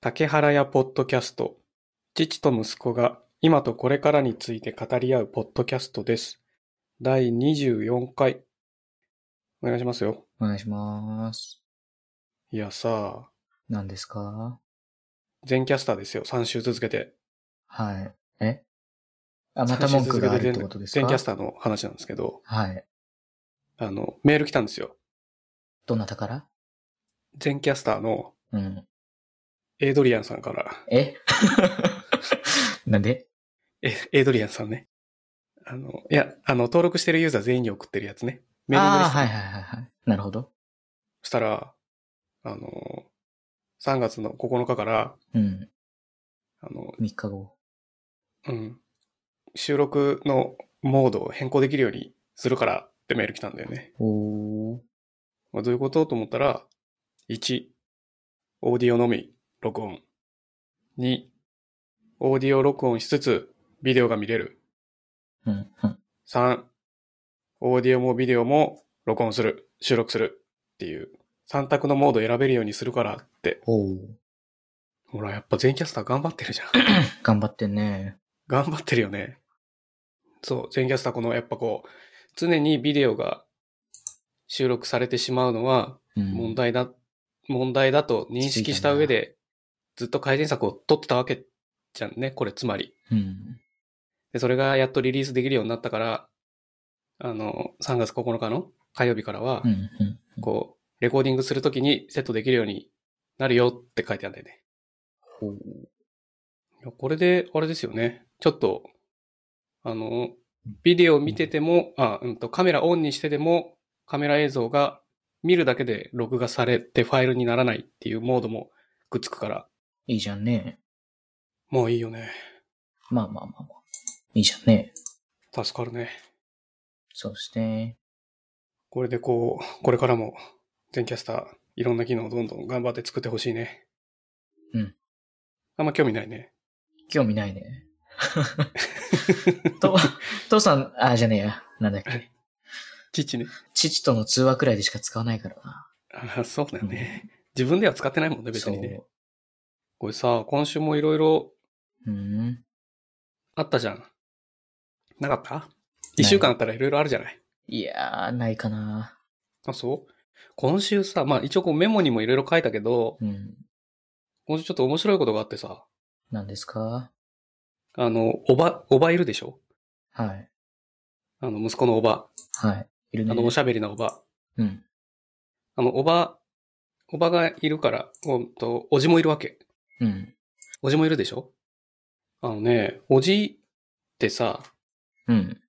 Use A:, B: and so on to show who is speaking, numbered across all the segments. A: 竹原屋ポッドキャスト。父と息子が今とこれからについて語り合うポッドキャストです。第24回。お願いしますよ。
B: お願いします。
A: いやさ、
B: 何ですか
A: 全キャスターですよ。3週続けて。
B: はい。えあ、また文句があるってことですか
A: 全キャスターの話なんですけど、
B: はい。
A: あの、メール来たんですよ。
B: どなたから
A: 全キャスターの
B: うん。
A: エイドリアンさんから。
B: え なんで
A: え、エイドリアンさんね。あの、いや、あの、登録してるユーザー全員に送ってるやつね。メーリングリ
B: ああ
A: ス
B: ー、
A: ト。
B: はいはいはいはい。なるほど。
A: そしたら、あの、3月の9日から、
B: うん。
A: あの、
B: 3日後。
A: うん、収録のモードを変更できるようにするからってメール来たんだよね。
B: おー。
A: まあ、どういうことと思ったら、1、オーディオのみ、録音。2、オーディオ録音しつつ、ビデオが見れる。
B: うん、うん。
A: 3、オーディオもビデオも録音する、収録するっていう、3択のモードを選べるようにするからって。
B: おー。
A: ほら、やっぱ全キャスター頑張ってるじゃん。
B: 頑張ってんね。
A: 頑張ってるよね。そう、全キャスターこの、やっぱこう、常にビデオが収録されてしまうのは
B: うん。
A: 問。題だ、問題だと認識した上で、ずっと改善策を取ってたわけじゃんね、これつまり。
B: うん。
A: で、それがやっとリリースできるようになったから、あの、3月9日の火曜日からは
B: う、ん、うん。
A: こう、レコーディングするときにセットできるようになるよって書いてあるんだよね。
B: ほう。
A: いやこれで、あれですよね。ちょっと、あの、ビデオ見てても、あ、うんと、カメラオンにしてでも、カメラ映像が見るだけで録画されてファイルにならないっていうモードもくっつくから、
B: いいじゃんね。
A: もういいよね。
B: まあまあまあまあ。いいじゃんね。
A: 助かるね。
B: そうですね。
A: これでこう、これからも、全キャスター、いろんな機能をどんどん頑張って作ってほしいね。
B: うん。
A: あんま興味ないね。
B: 興味ないね。 と、父さん、あ、じゃねえや。なんだっけ。
A: 父ね。
B: 父との通話くらいでしか使わないからな。
A: あそうだよね。自分では使ってないもんね、別にね。
B: そ
A: これさ、今週もいろいろ
B: う。うん。
A: あったじゃん。なかった一週間あったらいろいろあるじゃない。
B: いやー、ないかな。
A: あ、そう今週さ、まあ一応こうメモにもいろいろ書いたけど、
B: うん。
A: 今週ちょっと面白いことがあってさ、
B: なんですか
A: あの、おば、おばいるでしょ
B: はい。
A: あの、息子のおば。
B: はい。いるね。
A: あの、おしゃべりなおば。
B: うん。
A: あの、おば、おばがいるから、ほんと、おじもいるわけ。
B: うん。
A: おじもいるでしょあのね、おじってさ、
B: うん。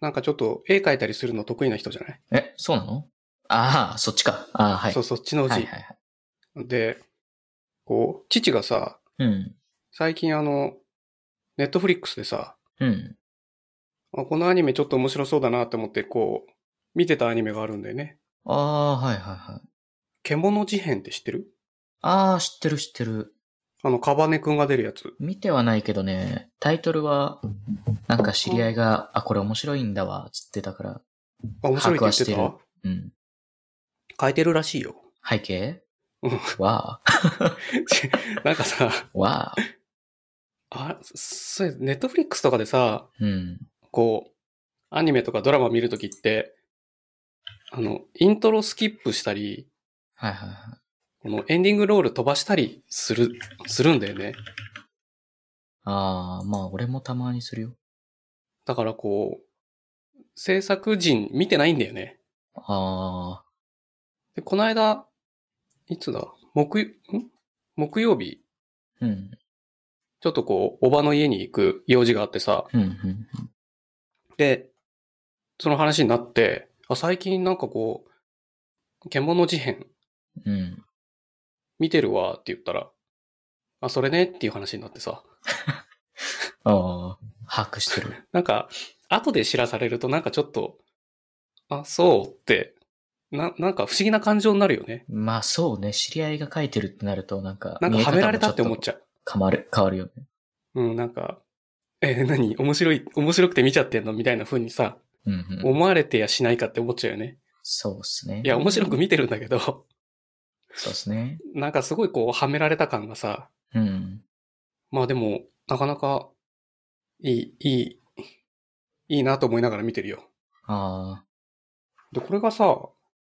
A: なんかちょっと絵描いたりするの得意な人じゃない、
B: え、そうなのああ、そっちか。ああ、はい。
A: そう、そっちのおじ。
B: はいはいはい。
A: で、こう、父がさ、
B: うん。
A: 最近あの、ネットフリックスでさ、
B: うん。
A: あこのアニメちょっと面白そうだなって思って、こう、見てたアニメがあるんだよね。
B: ああ、はいはいはい。
A: 獣事変って知ってる
B: ああ、知ってる知ってる。
A: あの、カバネくんが出るやつ。
B: 見てはないけどね、タイトルは、なんか知り合いが、あ、これ面白いんだわ、つってたから。
A: あ、面白いって言って
B: 把握は
A: た
B: うん。
A: 書いてるらしい よ。
B: 背景
A: うん
B: わ
A: なんかさ、
B: あ、わあ。
A: あ、それ、ネットフリックスとかでさ、
B: うん。
A: こう、アニメとかドラマ見るときって、あの、イントロスキップしたり、
B: はいはいはい。
A: このエンディングロール飛ばしたりする、するんだよね。
B: ああ、まあ俺もたまにするよ。
A: だからこう、制作陣見てないんだよね。
B: ああ、
A: で、この間、いつだ木よ、ん木曜日、
B: うん、
A: ちょっとこう、おばの家に行く用事があってさ、
B: うん、うん。
A: で、その話になって、あ、最近なんかこう、獣事変
B: うん。
A: 見てるわって言ったら、あ、それねっていう話になってさ、
B: ああ、把握してる。
A: なんか、後で知らされるとなんかちょっと、あ、そうって、な、なんか不思議な感情になるよね。
B: まあそうね、知り合いが書いてるってなると、なんか、
A: なんかはめられたって思っ
B: ゃ
A: ちゃう。
B: う。変わる、変わるよね。
A: うん、なんか、えー何面白い、面白くて見ちゃってんのみたいな風にさ、
B: うん、うん。
A: 思われてやしないかって思っちゃうよね。
B: そうっすね。
A: いや、面白く見てるんだけど、
B: そうっすね。
A: なんかすごいこう、はめられた感がさ、
B: うん。
A: まあでも、なかなか、いい、いい、いいなと思いながら見てるよ。
B: あ
A: で、これがさ、
B: あ。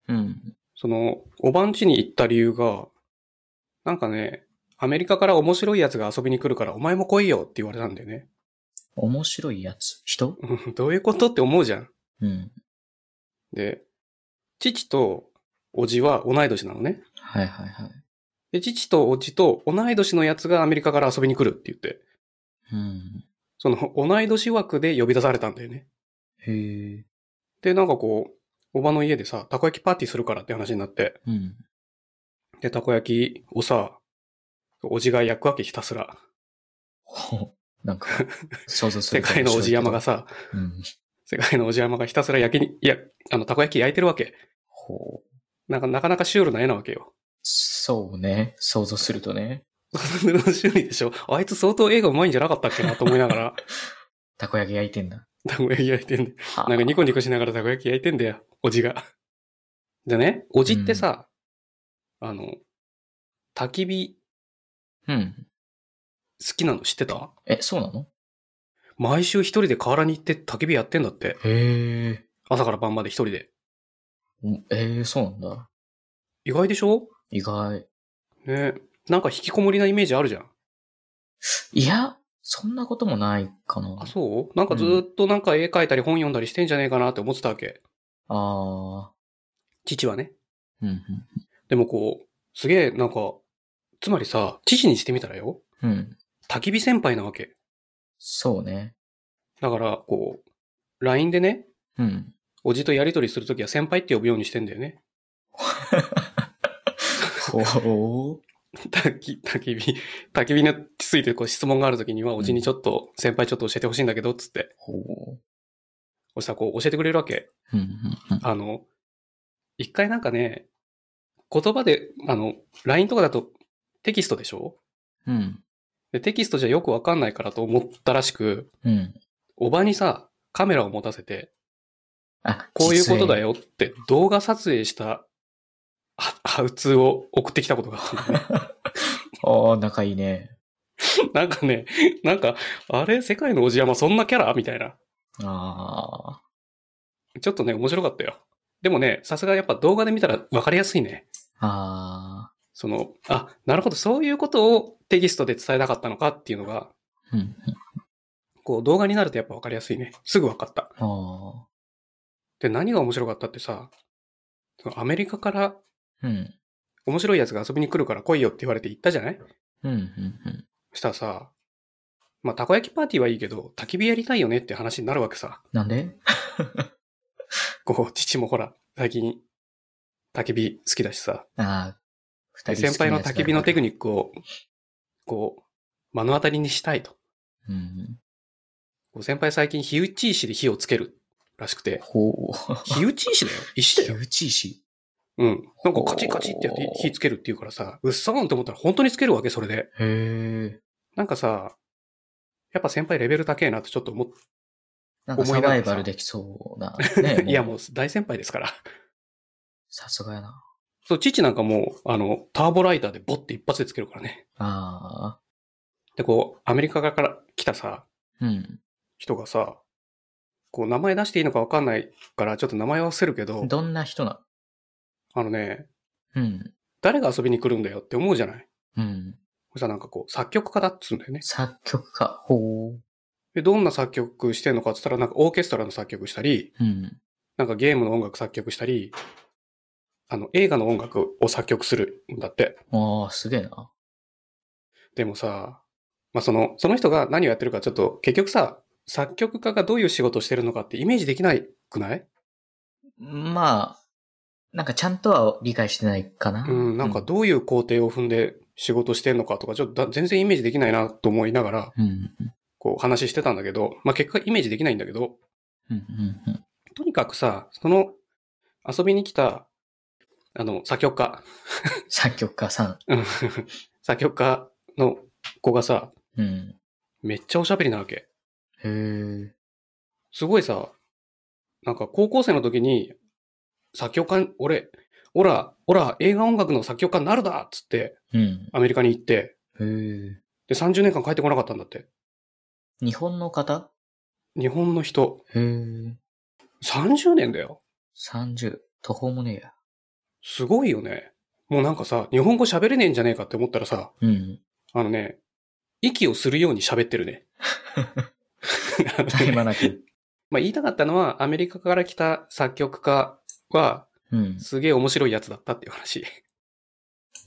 B: うん。
A: その、おばんちに行った理由が、なんかね、アメリカから面白いやつが遊びに来るから、お前も来いよって言われたんだよね。
B: 面白いやつ。人
A: うんどういうことって思うじゃん。
B: うん。
A: で、父とおじは同い年なのね。
B: はいはいはい。
A: で、父とおじと同い年のやつがアメリカから遊びに来るって言って、
B: うん。
A: その同い年枠で呼び出されたんだよね。
B: へえ。
A: で、なんかこう、おばの家でさ、たこ焼きパーティーするからって話になって、
B: うん。
A: で、たこ焼きをさ、おじが焼くわけひたすら。
B: ほう。 なんか、想像す
A: 世
B: ると
A: 界のおじ山が
B: 面
A: さ、
B: 白いけど。うん。
A: 世界のおじ山がひたすら焼きに、いや、あの、たこ焼き焼いてるわけ。
B: ほう。
A: なんか、なかなかシュールな絵なわけよ。
B: そうね。想像するとね。
A: シュールでしょあいつ相当絵が上手いんじゃなかったっけなと思いながら、
B: たこ焼き焼いてんだ。
A: たこ焼き焼いてんで。
B: はあ
A: なんかニコニコしながらたこ焼き焼いてんだよ、おじが。でね、おじってさ、あの、焚き火
B: うん。
A: 好きなの知ってた
B: え、そうなの
A: 毎週一人で河原に行って焚き火やってんだって。
B: へえ。
A: 朝から晩まで一人で。
B: うんええそうなんだ。
A: 意外でしょ
B: 意外。
A: ねなんか引きこもりなイメージあるじゃん。
B: いや、そんなこともないかな。
A: あ、そうなんかずーっとなんか絵描いたり本読んだりしてんじゃねえかなって思ってたわけ。
B: あ
A: 父はね。
B: ーうん
A: でもこう、すげえなんか、つまりさ、父にしてみたらよ、
B: うん。うん。
A: 焚き火先輩なわけ。
B: そうね。
A: だから、こう、LINE でね、
B: うん。
A: おじとやりとりするときは先輩って呼ぶようにしてんだよね。
B: ほ
A: 焚き、焚き火、焚き火についてこう質問があるときには、おじにちょっと、先輩ちょっと教えてほしいんだけど、つって。
B: ほう。
A: そしたらこう教えてくれるわけ。
B: うんうんうん。
A: あの、一回なんかね、言葉で、あの、LINE とかだとテキストでしょ
B: うん。
A: でテキストじゃよくわかんないからと思ったらしく、
B: うん。
A: おばにさ、カメラを持たせて、
B: あ、
A: こういうことだ
B: よ。
A: よって動画撮影したハハウツーを送ってきたことがあったんだよね。
B: ああ、仲いいね。
A: なんかね、なんか、あれ世界のおじやまそんなキャラみたいな。
B: ああ、
A: ちょっとね、面白かったよ。でもね、さすがやっぱ動画で見たらわかりやすいね。
B: あ
A: その、あ、なるほど、そういうことをテキストで伝えたかったのかっていうのが、
B: あ、うん。
A: こう動画になるとやっぱわかりやすいね。すぐわかった。
B: あ
A: で、何が面白かったってさ、そのアメリカから
B: あ、うん。
A: 面白いやつが遊びに来るから来いよって言われて行ったじゃない
B: うん、うん、うん。
A: そしたらさ、まあ、たこ焼きパーティーはいいけど、焚き火やりたいよねって話になるわけさ。
B: なんで
A: こう、父もほら、最近、焚き火好きだしさ。
B: ああ、
A: で
B: 二人
A: 先輩の焚き火のテクニックを、こう、目の当たりにしたいと。
B: ク。うん。
A: こう先輩最近火打ち石で火をつけるらしくて、
B: ほう。
A: 火打ち石だよ石だ
B: 火
A: よ
B: 打ち石。
A: うん。なんかカチカチってやって火つけるっていうからさ、うっそーんと思ったら本当につけるわけ、それで。
B: へえ。
A: なんかさ、やっぱ先輩レベル高えなってちょっと思っ
B: なん
A: 思
B: か
A: い
B: サ
A: なが
B: バ
A: ら
B: イ
A: さ
B: バルできそ うな。ね
A: いや、もう大先輩ですから。
B: さすがやな。
A: そう、父なんかもう、あの、ターボライターでボッて一発でつけるからね。
B: あ
A: で、こう、アメリカから来たさ、
B: あ、うん。
A: 人がさ、こう、名前出していいのかわかんないから、ちょっと名前は忘れるけど、
B: どんな人な
A: あのね、
B: のうん。
A: 誰が遊びに来るんだよって思うじゃない
B: うん。
A: そしたらなんかこう、作曲家だっつうんだよね。
B: 作曲家。ほう。
A: で、どんな作曲してんのかっつったら、なんかオーケストラの作曲したり、
B: うん。
A: なんかゲームの音楽作曲したり、あの、映画の音楽を作曲するんだって。
B: ああ、すげえな。
A: でもさ、まあ、その、その人が何をやってるかちょっと、結局さ、作曲家がどういう仕事をしてるのかってイメージできないくない
B: まあ、なんかちゃんとは理解してないかな。
A: うん、なんかどういう工程を踏んで仕事してるのかとか、ちょっとだ全然イメージできないなと思いながら、
B: うん。うん。
A: こう話してたんだけど、まあ、結果イメージできないんだけど、
B: うん。うん。うん
A: とにかくさ、その遊びに来た、あの、作曲家、
B: 作曲家さん。
A: うん 作曲家の子がさ、
B: うん。
A: めっちゃおしゃべりなわけ。
B: へえ。
A: すごいさ、なんか高校生の時に、作曲家に、俺、オラ、オラ、映画音楽の作曲家になるだっつって、
B: うん。
A: アメリカに行って、
B: へえ。
A: で、30年間帰ってこなかったんだって。
B: 日本の方
A: 日本の人、
B: へえ。
A: 30年だよ。
B: 30。途方もねえや。
A: すごいよね。もうなんかさ、日本語喋れねえんじゃねえかって思ったらさ、
B: うん。
A: あのね、息をするように喋ってるね。
B: 絶え間な く。
A: まあ言いたかったのは、アメリカから来た作曲家は、
B: うん。
A: すげえ面白いやつだったっていう話。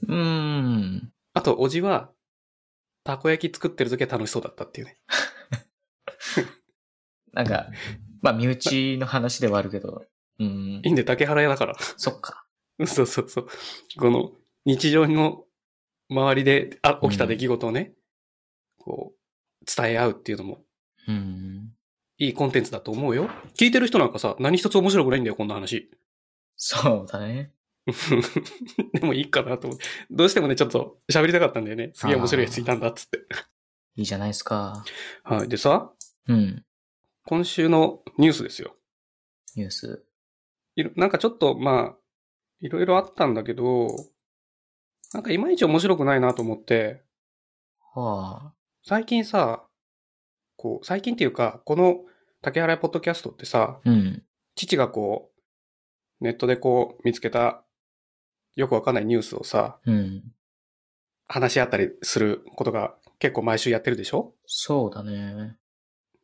B: うーん。
A: あと、おじは、たこ焼き作ってる時は楽しそうだったっていうね。
B: なんか、まあ、身内の話ではあるけど。うん
A: い。いんで、竹原屋だから。
B: そっか。
A: そうそうそう。この、日常の周りであ起きた出来事をね、こう、伝え合うっていうのも、
B: うん。
A: いいコンテンツだと思うよ。聞いてる人なんかさ、何一つ面白くないんだよ、こんな話。
B: そうだね。
A: でもいいかなと思って。どうしてもね、ちょっと喋りたかったんだよね。すげえ面白いやついたんだ、っつって。
B: いいじゃないですか。
A: はい。でさ、
B: うん。
A: 今週のニュースですよ。
B: ニュース。
A: いろなんかちょっと、まあ、いろいろあったんだけど、なんかいまいち面白くないなと思って、
B: はあ。
A: 最近さ、こう、最近っていうか、この竹原ポッドキャストってさ、
B: うん。
A: 父がこう、ネットでこう、見つけた、よくわかんないニュースをさ、
B: うん。
A: 話し合ったりすることが結構毎週やってるでしょ
B: そうだね。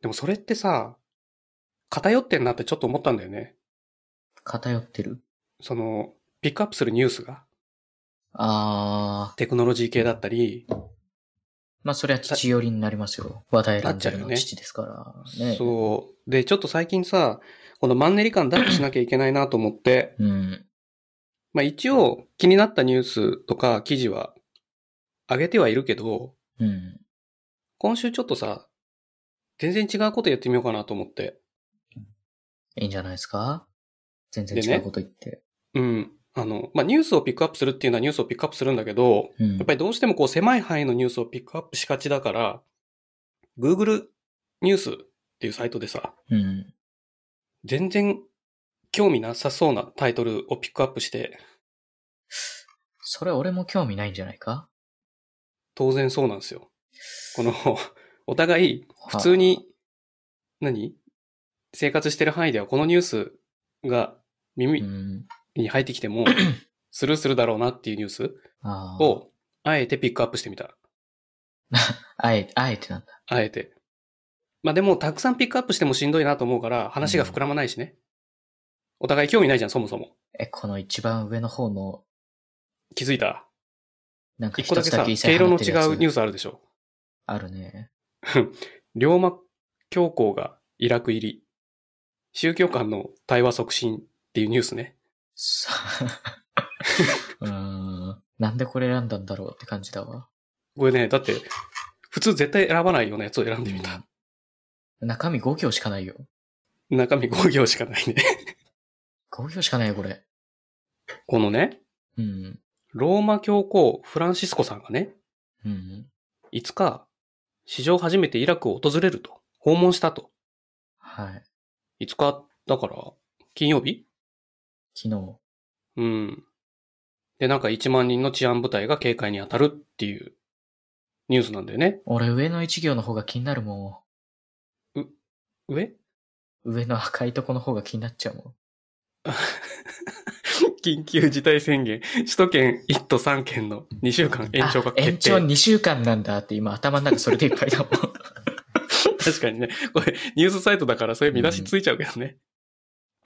A: でもそれってさ、偏ってんなってちょっと思ったんだよね。
B: 偏ってる。
A: その、ピックアップするニュースが、
B: ああ。
A: テクノロジー系だったり、
B: まあ、それは父寄りになりますよ。話題ランジャル
A: なっちゃうよ
B: の
A: ね
B: 父ですからね。う。
A: そう。で、ちょっと最近さ、このマンネリ感ダッしなきゃいけないなと思って、
B: うん。
A: まあ一応気になったニュースとか記事は上げてはいるけど、
B: うん。
A: 今週ちょっとさ、全然違うことやってみようかなと思って。
B: いいんじゃないですか全然
A: でね
B: 違うこと言って。
A: うん。あの、まあニュースをピックアップするっていうのはニュースをピックアップするんだけど、
B: うん。
A: やっぱりどうしてもこう狭い範囲のニュースをピックアップしがちだから、Google ニュースっていうサイトでさ、
B: うん。
A: 全然興味なさそうなタイトルをピックアップして、
B: それ俺も興味ないんじゃないか
A: 当然そうなんですよ。この、 お互い普通に、何生活してる範囲ではこのニュースが
B: はあ。う
A: 耳
B: ん。
A: に入ってきて も、スルーするだろうなっていうニュース
B: ああ。
A: を、あえてピックアップしてみた。
B: あえて、あえてなんだ。
A: あえて。まあでも、たくさんピックアップしてもしんどいなと思うから、話が膨らまないしね。お互い興味ないじゃん、そもそも。
B: え、この一番上の方の、
A: 気づいた。
B: なんか
A: 一個だ
B: 一
A: け
B: つ
A: さ、
B: だ
A: 毛
B: け異彩
A: 色の違
B: 放ってるやつ
A: うニュースあるでしょ。
B: あるね。
A: 龍馬教皇がイラク入り。宗教間の対話促進っていうニュースね。
B: さ うーん。なんでこれ選んだんだろうって感じだわ。
A: これね、だって、普通絶対選ばないようなやつを選んでみた。
B: 中身5行しかないよ。
A: 中身5行しかないね。
B: 5行しかないよ、これ。
A: このね、
B: うん。
A: ローマ教皇フランシスコさんがね、
B: うん。
A: 5日、史上初めてイラクを訪れると、訪問したと。
B: はい。
A: 5日、だから、金曜日
B: 昨日。
A: うん。で、なんか1万人の治安部隊が警戒に当たるっていうニュースなんだよね。
B: 俺上の1行の方が気になるも
A: 上
B: ん。上の赤いとこの方が気になっちゃうもん。
A: 緊急事態宣言、首都圏1都3県の2週間 延長が
B: あ
A: 決定。
B: 延長2週間なんだって今頭の中それでいっぱいだもん。
A: 確かにね、これニュースサイトだからそういう見出しついちゃうけどね。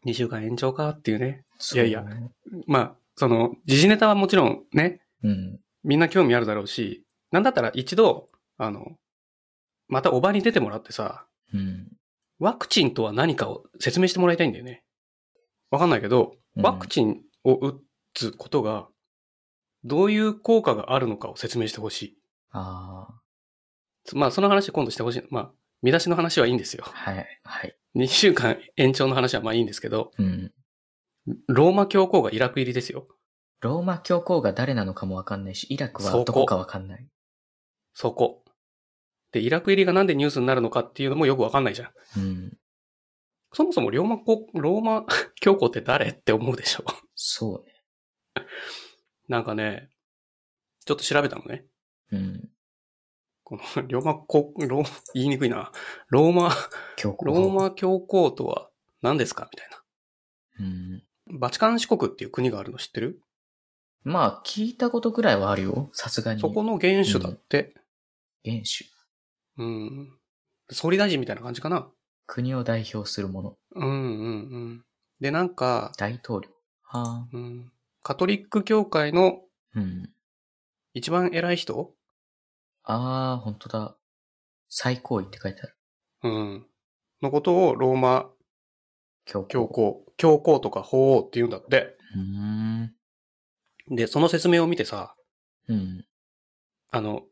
A: 2週間延長かっていうね。いやいや
B: そう。
A: まあ、その、時事ネタはもちろんね、
B: うん。
A: みんな興味あるだろうし、なんだったら一度、あの、またおばに出てもらってさ、
B: うん。
A: ワクチンとは何かを説明してもらいたいんだよね。わかんないけど、
B: うん
A: ワクチンを打つことが、どういう効果があるのかを説明してほしい。
B: ああ。
A: つまあ、その話今度してほしい。まあ、見出しの話はいいんですよ。
B: はい。はい。
A: 2週間延長の話はまあいいんですけど、
B: うん。
A: ローマ教皇がイラク入りですよ。
B: ローマ教皇が誰なのかもわかんないし、イラクは
A: そこ
B: どこかわかんない。
A: そこ。で、イラク入りがなんでニュースになるのかっていうのもよくわかんないじゃん。
B: うん。
A: そもそもローマ教、ローマ 教皇って誰って思うでしょ。
B: そ
A: なんかね、ちょっと調べたのね。
B: うね。うん。
A: この、ローマこ、ロー、言いにくいな。ローマ、
B: 教皇
A: ローマ教皇とは何ですかみたい
B: うん。
A: な。バチカン四国っていう国があるの知ってる
B: まあ、聞いたことぐらいはあるよ。さすがに。
A: そこの元首だって。
B: 元首。
A: うん。総理大臣みたいな感じかな。
B: 国を代表するもの。
A: うんうんうん。で、なんか、
B: 大統領。はあ。
A: うん、カトリック教会の
B: うん。
A: 一番偉い人
B: ああ、本当だ。最高位って書いてある。
A: うん。のことをローマ
B: 教皇。
A: 教皇、教皇とか法王って言うんだって。
B: うーん。
A: で、その説明を見てさ、
B: うん。
A: あの、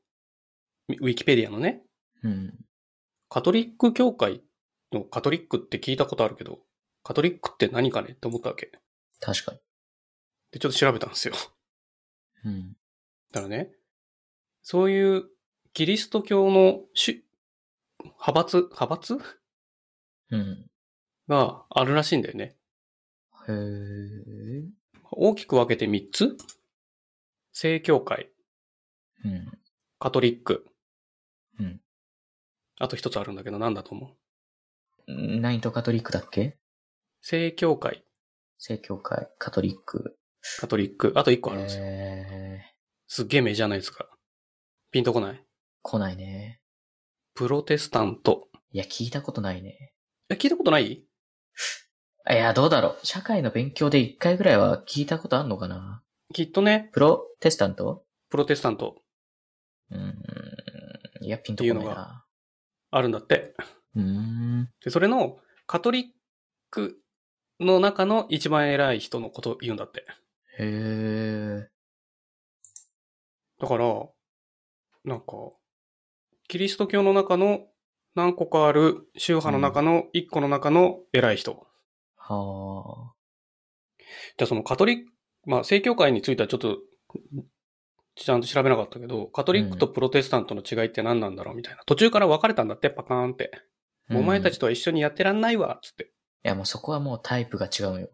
A: ウィウィキペディアのね、
B: うん。
A: カトリック教会のカトリックって聞いたことあるけど、カトリックって何かねって思ったわけ。
B: 確か
A: で、ちょっと調べたんですよ。
B: に。うん。
A: だからね、そういうキリスト教の主、派閥、派閥
B: うん。
A: があるらしいんだよね。
B: へえ。
A: 大きく分けて3つ正教会、
B: うん。
A: カトリック。
B: うん。
A: あと1つあるんだけど、なんだと思う
B: ナイントカトリックだっけ
A: 正教会、
B: 正教会、カトリック。
A: カトリック。あと1個あるんですよ。
B: えー、
A: すっげえメジャーなやつが。ピンとこない
B: 来ないね。
A: プロテスタント。
B: いや、聞いたことないね。
A: え、聞いたことない
B: いや、どうだろう。社会の勉強で一回ぐらいは聞いたことあんのかな
A: きっとね、
B: プロテスタント
A: プロテスタント
B: うーん。いや、ピンとこないな。
A: あるんだって。
B: うーん。
A: で、それのカトリックの中の一番偉い人のことを言うんだって。
B: へー。
A: だから、なんか、キリスト教の中の何個かある宗派の中の一個の中の偉い人。
B: は
A: じゃあそのカトリック、まあ正教会についてはちょっと、ちゃんと調べなかったけど、カトリックとプロテスタントの違いって何なんだろうみたいな。途中から分かれたんだって、パカーンって。
B: あ。
A: お前た
B: うん
A: ちとは一緒にやってらんないわ、つって。
B: いや、もうそこはもうタイプが違うのよ。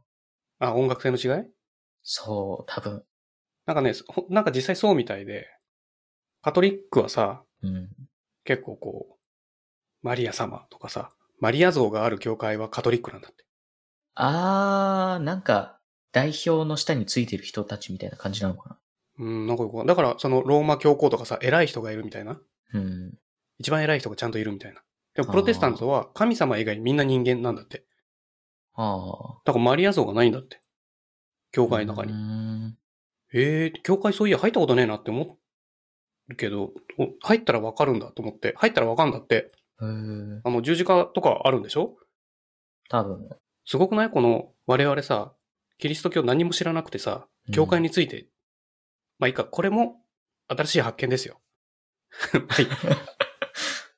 A: あ、音楽性の違い
B: そう、多分。
A: なんかね、ほ なんか実際そうみたいで、カトリックはさ、
B: うん。
A: 結構こう、マリア様とかさ、マリア像がある教会はカトリックなんだって。
B: あー、なんか、代表の下についてる人たちみたいな感じなのか
A: うん、なんかよくわかんだから、そのローマ教皇とかさ、偉い人がいるみたいな。
B: なうん。
A: 一番偉い人がちゃんといるみたいな。でも
B: あー
A: プロテスタントは神様以外みんな人間なんだって。
B: はあ。
A: だからマリア像がないんだって。教会の中
B: うー
A: に。
B: ん。
A: えー、教会そういや入ったことねえなって思うけど、お入ったらわかるんだと思って、入ったらわかんだって、
B: へー
A: あの十字架とかあるんでしょ
B: 多分。
A: すごくないこの我々さ、キリスト教何も知らなくてさ、教会
B: に。
A: について。まあいいか、これも新しい発見ですよ。 はい。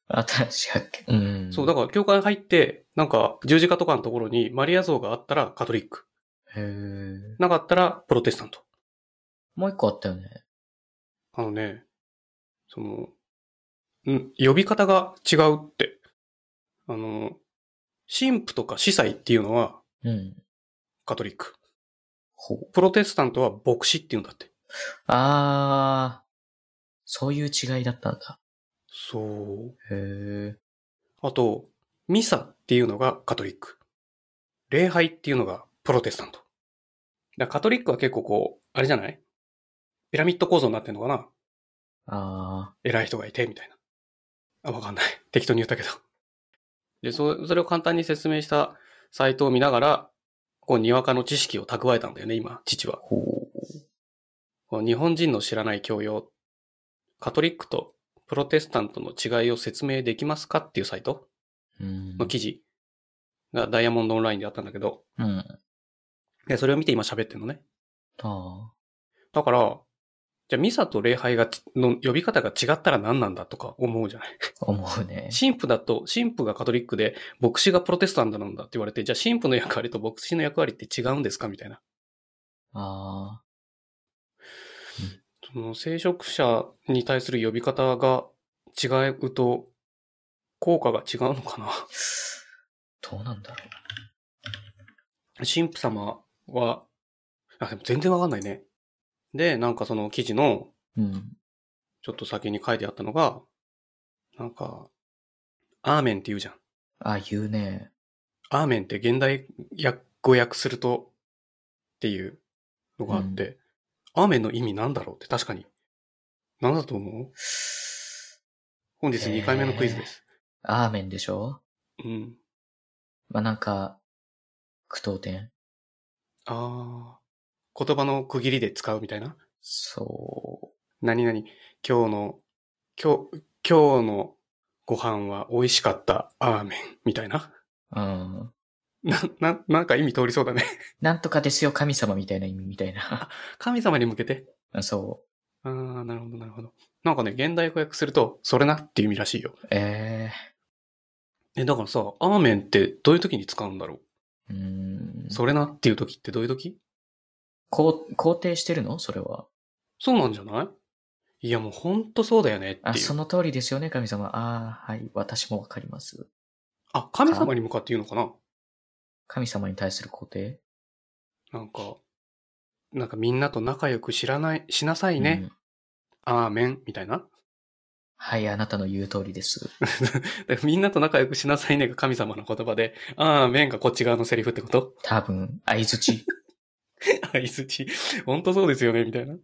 B: 新しい発見。うん。
A: そう、だから教会入って、なんか十字架とかのところにマリア像があったらカトリック。
B: へー
A: なかったらプロテスタント。
B: もう一個あったよね。
A: あのね、その、ん、呼び方が違うって。あの、神父とか司祭っていうのは
B: うん。
A: カトリック。
B: ほう。
A: プロテスタントは牧師っていうんだって。
B: あー。そういう違いだったんだ。
A: そう。
B: へー
A: あと、ミサっていうのがカトリック。礼拝っていうのがプロテスタント。だからカトリックは結構こう、あれじゃないピラミッド構造になってんのかな
B: あ
A: 偉い人がいて、みたいな。あ、わかんない。適当に言ったけど。で、そ、それを簡単に説明したサイトを見ながら、こう、にわかの知識を蓄えたんだよね、今、父は
B: ー。。ほう。
A: こう日本人の知らない教養、カトリックとプロテスタントの違いを説明できますかっていうサイト
B: うん。
A: の記事がダイヤモンドオンラインであったんだけど、
B: うん。
A: で、それを見て今喋ってんのね。
B: あ
A: だから、じゃあミサと礼拝がち、の呼び方が違ったら何なんだとか思うじゃない
B: ー。思うね。
A: 神父だと、神父がカトリックで、牧師がプロテスタントなんだって言われて、じゃあ神父の役割と牧師の役割って違うんですかみたいな。
B: あ
A: その聖職者に対する呼び方が違うと、効果が違うのかな
B: ー。どうなんだろ
A: 神父様は、あ、でも全然わかんないね。で、なんかその記事の、
B: う。うん。
A: ちょっと先に書いてあったのが、なんか、アーメンって言うじゃん。
B: あ、言うね。
A: アーメンって現代訳語訳するとっていうのがあって、アーメンの意味なんだろうって確かに。なんだと思う本日2回目のクイズです。
B: アーメンでしょ
A: うん。
B: まあ、なんか、苦闘点
A: ああ。言葉の区切りで使うみたいな。
B: そ
A: 何々、今日の、今日、今日のご飯は美味しかったアーメンみたいな。
B: う。うん。
A: な、な、なんか意味通りそうだね。
B: なんとかですよ、神様みたいな意味みたいな。
A: 神様に向けて。
B: そ
A: ああ、なるほど、なるほど。なんかね、現代語訳すると、それなっていう意味らしいよ。
B: う。え
A: え、だからさ、アーメンってどういう時に使うんだろ
B: えー。うーん。
A: うそれなっていう時ってどういう時
B: こう、肯定してるのそれは。
A: そうなんじゃないいや、もうほんとそうだよねっていう。
B: あ、その通りですよね、神様。ああ、はい。私もわかります。
A: あ、神様に向かって言うのかな
B: 神様に対する肯定
A: なんか、なんかみんなと仲良く知らない、しなさいね。
B: うん
A: アーメンみたいな。
B: はい、あなたの言う通りです。
A: でみんなと仲良くしなさいねが神様の言葉で、アーメンがこっち側のセリフってこと
B: 多分、相づ ち。
A: 相づち。ほんとそうですよね、みたいな。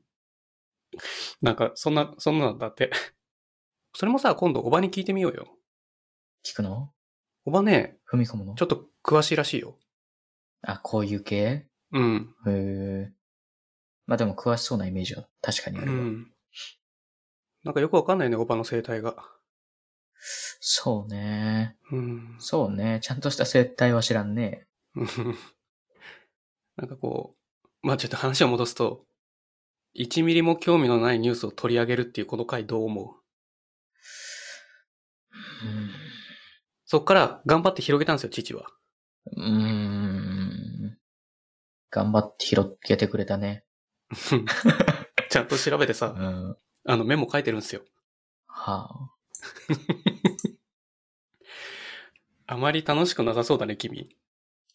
A: なんか、そんな、そんなのだって。それもさ、今度おばに聞いてみようよ。
B: 聞くの
A: おばね、
B: 踏み込むの
A: ちょっと詳しいらしいよ。
B: あ、こういう系
A: うん。
B: へえ。まあでも詳しそうなイメージは確かにあ
A: う
B: るわ。
A: ん。なんかよくわかんないね、おばの生態が。
B: そうね。
A: うん。
B: そうね。ちゃんとした生態は知らんね。
A: なんかこう、まあちょっと話を戻すと、1ミリも興味のないニュースを取り上げるっていうこの回どう思うそっから頑張って広げたんですよ、父は。
B: うん。うーん。頑張って広げてくれたね。
A: ちゃんと調べて
B: う
A: さ、
B: ん。は
A: あのメモ書いてるんですよ。
B: あ。
A: あまり楽しくなさそうだね、君。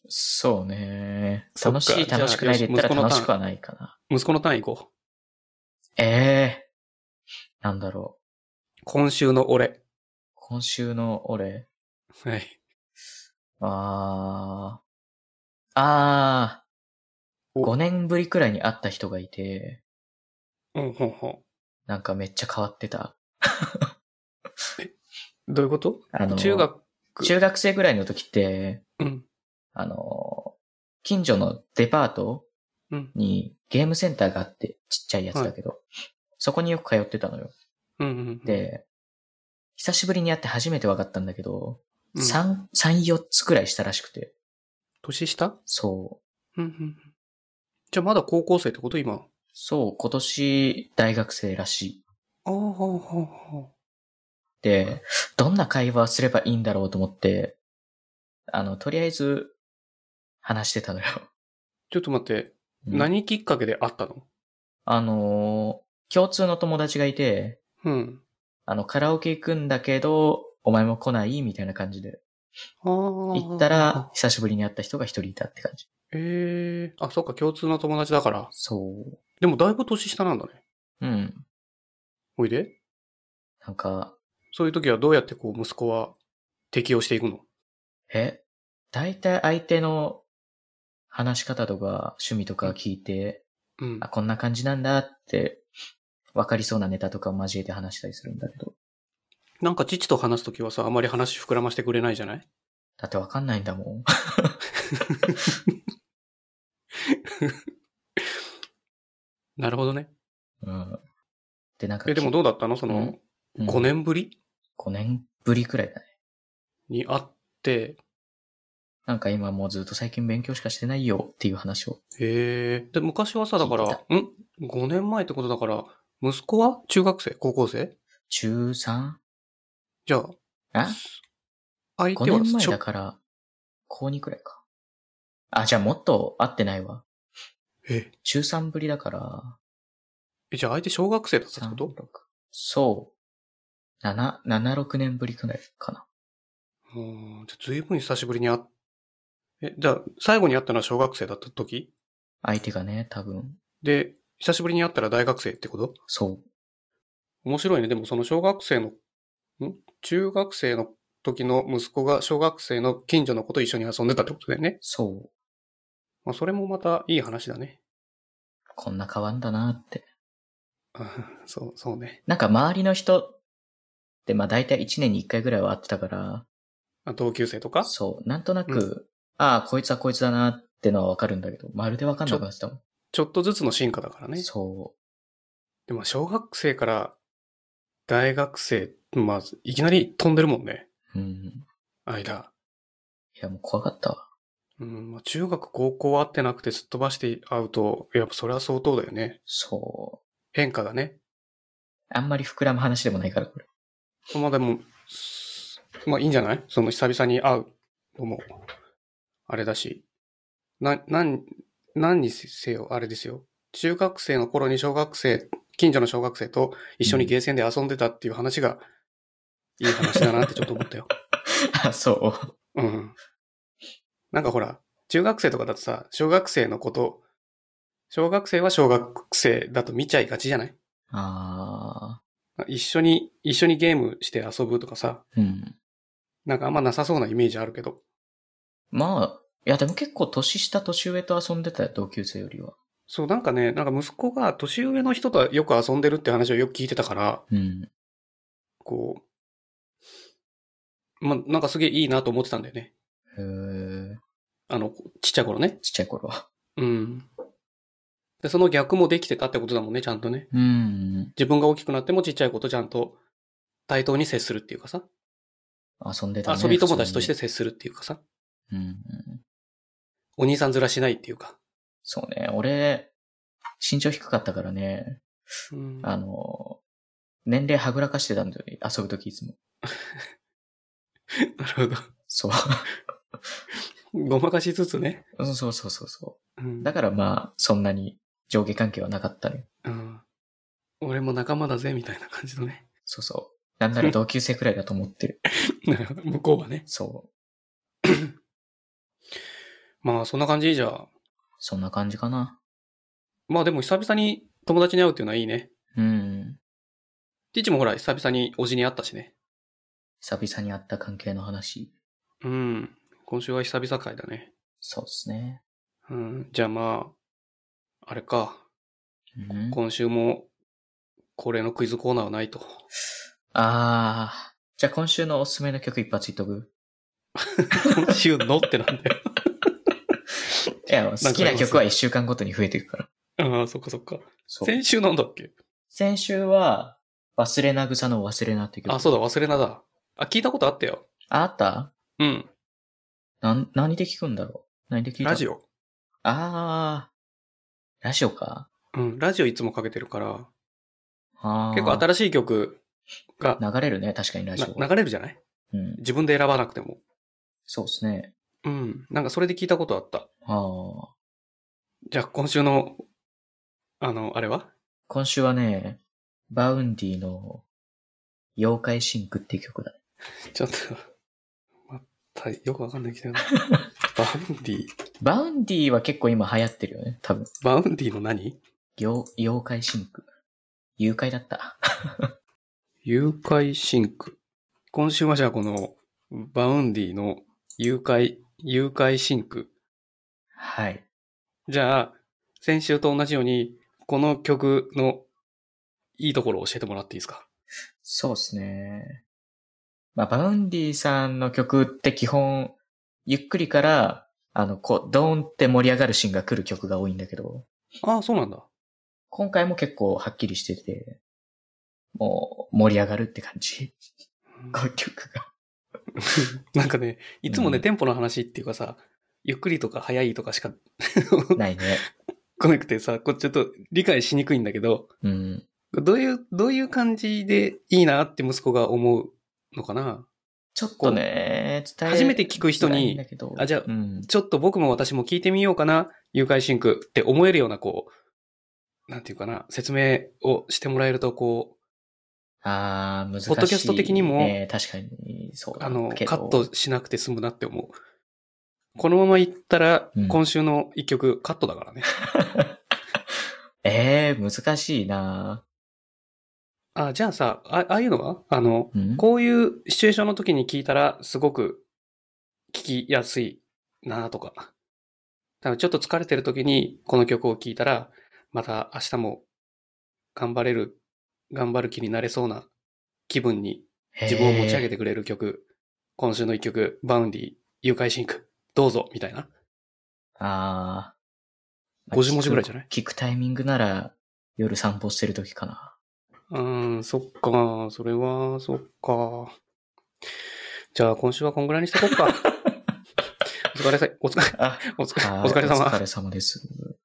B: そうね。
A: そっか
B: 楽しい、
A: じゃあ
B: 楽しくないで言った
A: よし息子の
B: ら
A: ターン
B: 楽しくはないかな。
A: 息子の単位行こう。
B: ええなんだろう。
A: 今週の俺。
B: 今週の俺。
A: はい。
B: ああ。ああ。
A: お
B: 5年ぶりくらいに会った人がいて、
A: うん、ほんほ
B: なんかめっちゃ変わってた。
A: ん。どういうこと
B: あの、
A: 中学、
B: 中学生くらいの時って、
A: うん。
B: あの、近所のデパート
A: うん
B: にゲームセンターがあって、ちっちゃいやつだけど、そこによく通ってたのよ。
A: うん、うん。、
B: で、久しぶりに会って初めて分かったんだけど、
A: うん、
B: 三三4つくらいしたらしくて、
A: 年下
B: そう。
A: うん、うんうん。じゃあまだ高校生ってこと今。
B: そう、今年大学生らしい。
A: ああ、ほうほうほう。
B: で、どんな会話すればいいんだろうと思って、あの、とりあえず、話してたのよ。
A: ちょっと待って、
B: うん
A: 何きっかけで会ったの
B: あのー共通の友達がいて、
A: うん。
B: あの、カラオケ行くんだけど、お前も来ないみたいな感じで。
A: ああ。
B: 行ったら、、久しぶりに会った人が一人いたって感じ。
A: ええあ、そっか、共通の友達だから。
B: そう。
A: でもだいぶ年下なんだね。
B: うん。
A: おいで。
B: なんか、
A: そういう時はどうやってこう、息子は適応していくの
B: え大体相手の話し方とか趣味とか聞いて、
A: うん
B: あ、。こんな感じなんだって、わかりそうなネタとかを交えて話したりするんだけど。
A: なんか父と話す時はさ、あまり話膨らましてくれないじゃない
B: だってわかんないんだもん。
A: なるほどね。
B: うん。で、なんか、
A: え、でもどうだったのその、
B: うん
A: 5年ぶり
B: 5年ぶりくらいだね。
A: に会って、
B: なんか今もうずっと最近勉強しかしてないよっていう話を。
A: ええで、昔はさ、だから、
B: 聞
A: ん ?5 年前ってことだから、息子は中学生高校生
B: 中 3?
A: じゃあ、
B: あ
A: 相
B: 5
A: 手は
B: 年前
A: ちょ
B: だから、高2くらいか。あ、じゃあもっと会ってないわ。
A: え、
B: 中3ぶりだから、
A: えじゃあ相手小学生だったってこと
B: 3、6。そう。7、7、6年ぶりくらいかな。
A: うんじゃあ随分久しぶりに会っえ、じゃあ最後に会ったのは小学生だった時
B: 相手がね、多分。
A: で、久しぶりに会ったら大学生ってこと
B: そう。
A: 面白いね。でもその小学生の、ん中学生の時の息子が小学生の近所の子と一緒に遊んでたってことだよね。
B: そう。
A: まあ、それもまたいい話だね。
B: こんな変わんだなって。
A: あそう、そうね。
B: なんか周りの人って、まあ大体1年に1回ぐらいは会ってたから、
A: あ同級生とか
B: そう、なんとなく、
A: う
B: ああ、こいつはこいつだなってのはわかるんだけど、まるでわかんなくなってたもん。
A: ちょっとずつの進化だからね。
B: そ
A: でも小学生から大学生、まあ、いきなり飛んでるもんね。
B: う。うん。
A: 間。
B: いや、もう怖かったわ。
A: うん、まあ、中学、高校は会ってなくてすっ飛ばして会うと、やっぱそれは相当だよね。
B: そ
A: 変化がね。
B: う。あんまり膨らむ話でもないから、これ。
A: まあでも、すまあいいんじゃないその久々に会うのも、あれだし。な、なん、何にせよ、あれですよ。中学生の頃に小学生、近所の小学生と一緒にゲーセンで遊んでたっていう話が、いい話だなってちょっと思ったよ。
B: あ、そう。
A: うん。なんかほら、中学生とかだとさ、小学生のこと、小学生は小学生だと見ちゃいがちじゃない
B: あ
A: 一緒に、一緒にゲームして遊ぶとかさ、
B: ー。うん。
A: なんかあんまなさそうなイメージあるけど。
B: まあ、いや、でも結構年下年上と遊んでたよ、同級生よりは。
A: そう、なんかね、なんか息子が年上の人とよく遊んでるって話をよく聞いてたから、
B: うん。
A: こう、ま、なんかすげえいいなと思ってたんだよね。
B: へえ。
A: あの、ちっちゃい頃ね。
B: ちっちゃい頃は。
A: うん。で、その逆もできてたってことだもんね、ちゃんとね。
B: うん。
A: 自分が大きくなってもちっちゃい子とちゃんと対等に接するっていうかさ。
B: 遊んでた、ね、
A: 遊び友達として
B: 普
A: 接するっていうかさ。
B: 通に。うん。
A: お兄さんずらしないっていうか。
B: そうね。俺、身長低かったからね、
A: うん
B: あの、年齢はぐらかしてたんだよね。遊ぶときいつも。
A: なるほ
B: そう。
A: ど。 ごまかしつつね。
B: うんそうそうそうそ
A: うん
B: う。だからまあ、そんなに上下関係はなかったね。
A: うん俺も仲間だぜ、みたいな感じのね。
B: そうそう。なんなら同級生くらいだと思ってる。
A: なるほど向こうはね。
B: そう。
A: まあ、そんな感じじゃ。
B: そんな感じかな。
A: まあ、でも久々に友達に会うっていうのはいいね。
B: うん。
A: ティッチもほら、久々におじに会ったしね。
B: 久々に会った関係の話。
A: うん。今週は久々会だね。
B: そうですね。
A: うん。じゃあまあ、あれか。
B: うん、
A: 今週も、恒例のクイズコーナーはないと。
B: あー。じゃあ今週のおすすめの曲一発言っとく
A: 今週のってなんだよ。
B: いや、好きな曲は一週間ごとに増えていくから。
A: ああ、そっかそっか。
B: そう。
A: 先週なんだっけ
B: 先週は、忘れな草の忘れなって曲。
A: あ、そうだ、忘れなだ。あ、聞いたことあったよ。
B: ああった
A: うん。
B: なん、何で聞くんだろう何で聞いた
A: ラジ
B: オ。
A: オ。
B: あー。ラジオか。
A: うん、ラジオいつもかけてるから、
B: あー。
A: 結構新しい曲が
B: 流れるね、確かにラジオは。
A: な流れるじゃない
B: うん。
A: 自分で選ばなくても。
B: そうですね。
A: うん。なんかそれで聞いたことあった。
B: あー。
A: じゃあ今週の、あの、あれは
B: 今週はね、バウンディの、妖怪シンクっていう曲だね。
A: ちょっと、またよくわかんないけど。バウンディ、
B: バウンディは結構今流行ってるよね、多分。
A: バウンディの何
B: 妖妖怪シンク。誘拐だった。
A: 誘拐シンク。今週はじゃあこの、バウンディの誘拐、誘拐シンク。
B: はい。
A: じゃあ、先週と同じように、この曲のいいところを教えてもらっていいですか
B: そうですね。まあ、バウンディさんの曲って基本、ゆっくりから、あの、こう、ドーンって盛り上がるシーンが来る曲が多いんだけど、
A: ああ、そうなんだ。
B: 今回も結構はっきりしてて、もう、盛り上がるって感じ。この曲が。
A: なんかね、いつもね、
B: うん
A: テンポの話っていうかさ、ゆっくりとか早いとかしか
B: ないね。
A: 来なくてさ、これちょっと理解しにくいんだけど、
B: うん。
A: どういう、どういう感じでいいなって息子が思うのかな
B: ちょっとね、伝え
A: 初めて聞く人
B: づらいん
A: に
B: だ、けど
A: あじゃあ
B: うん。
A: ちょっと僕も私も聞いてみようかな、誘拐シンクって思えるような、こう、なんていうかな、説明をしてもらえると、こ
B: あー難しい、ね。
A: ポッドキャスト的にも
B: 確かに、そう
A: う、
B: だ
A: あの、
B: けど
A: カットしなくて済むなって思う。このままいったら
B: うん、
A: 今週の一曲カットだからね。
B: ええ難しいな
A: あ、じゃあさ、あああいうのはあの、
B: うん
A: こういうシチュエーションの時に聞いたら、すごく聞きやすいなとか。多分ちょっと疲れてる時にこの曲を聴いたら、また明日も頑張れる、頑張る気になれそうな気分に自分を持ち上げ
B: て。
A: てくれる曲、今週の一曲、バウンディ、誘拐シンク、どうぞ、みたいな。
B: ああ。
A: 50文字ぐらいじゃない
B: 聞く聞くタイミングなら、夜散歩してる時 かな。
A: うーん、そっか、それは、そっか。じゃあ、今週はこんぐらい にしとこうか。お疲れさい、お疲れ、
B: あ、
A: お疲れ、
B: あー
A: お疲れ様
B: お疲れ様です。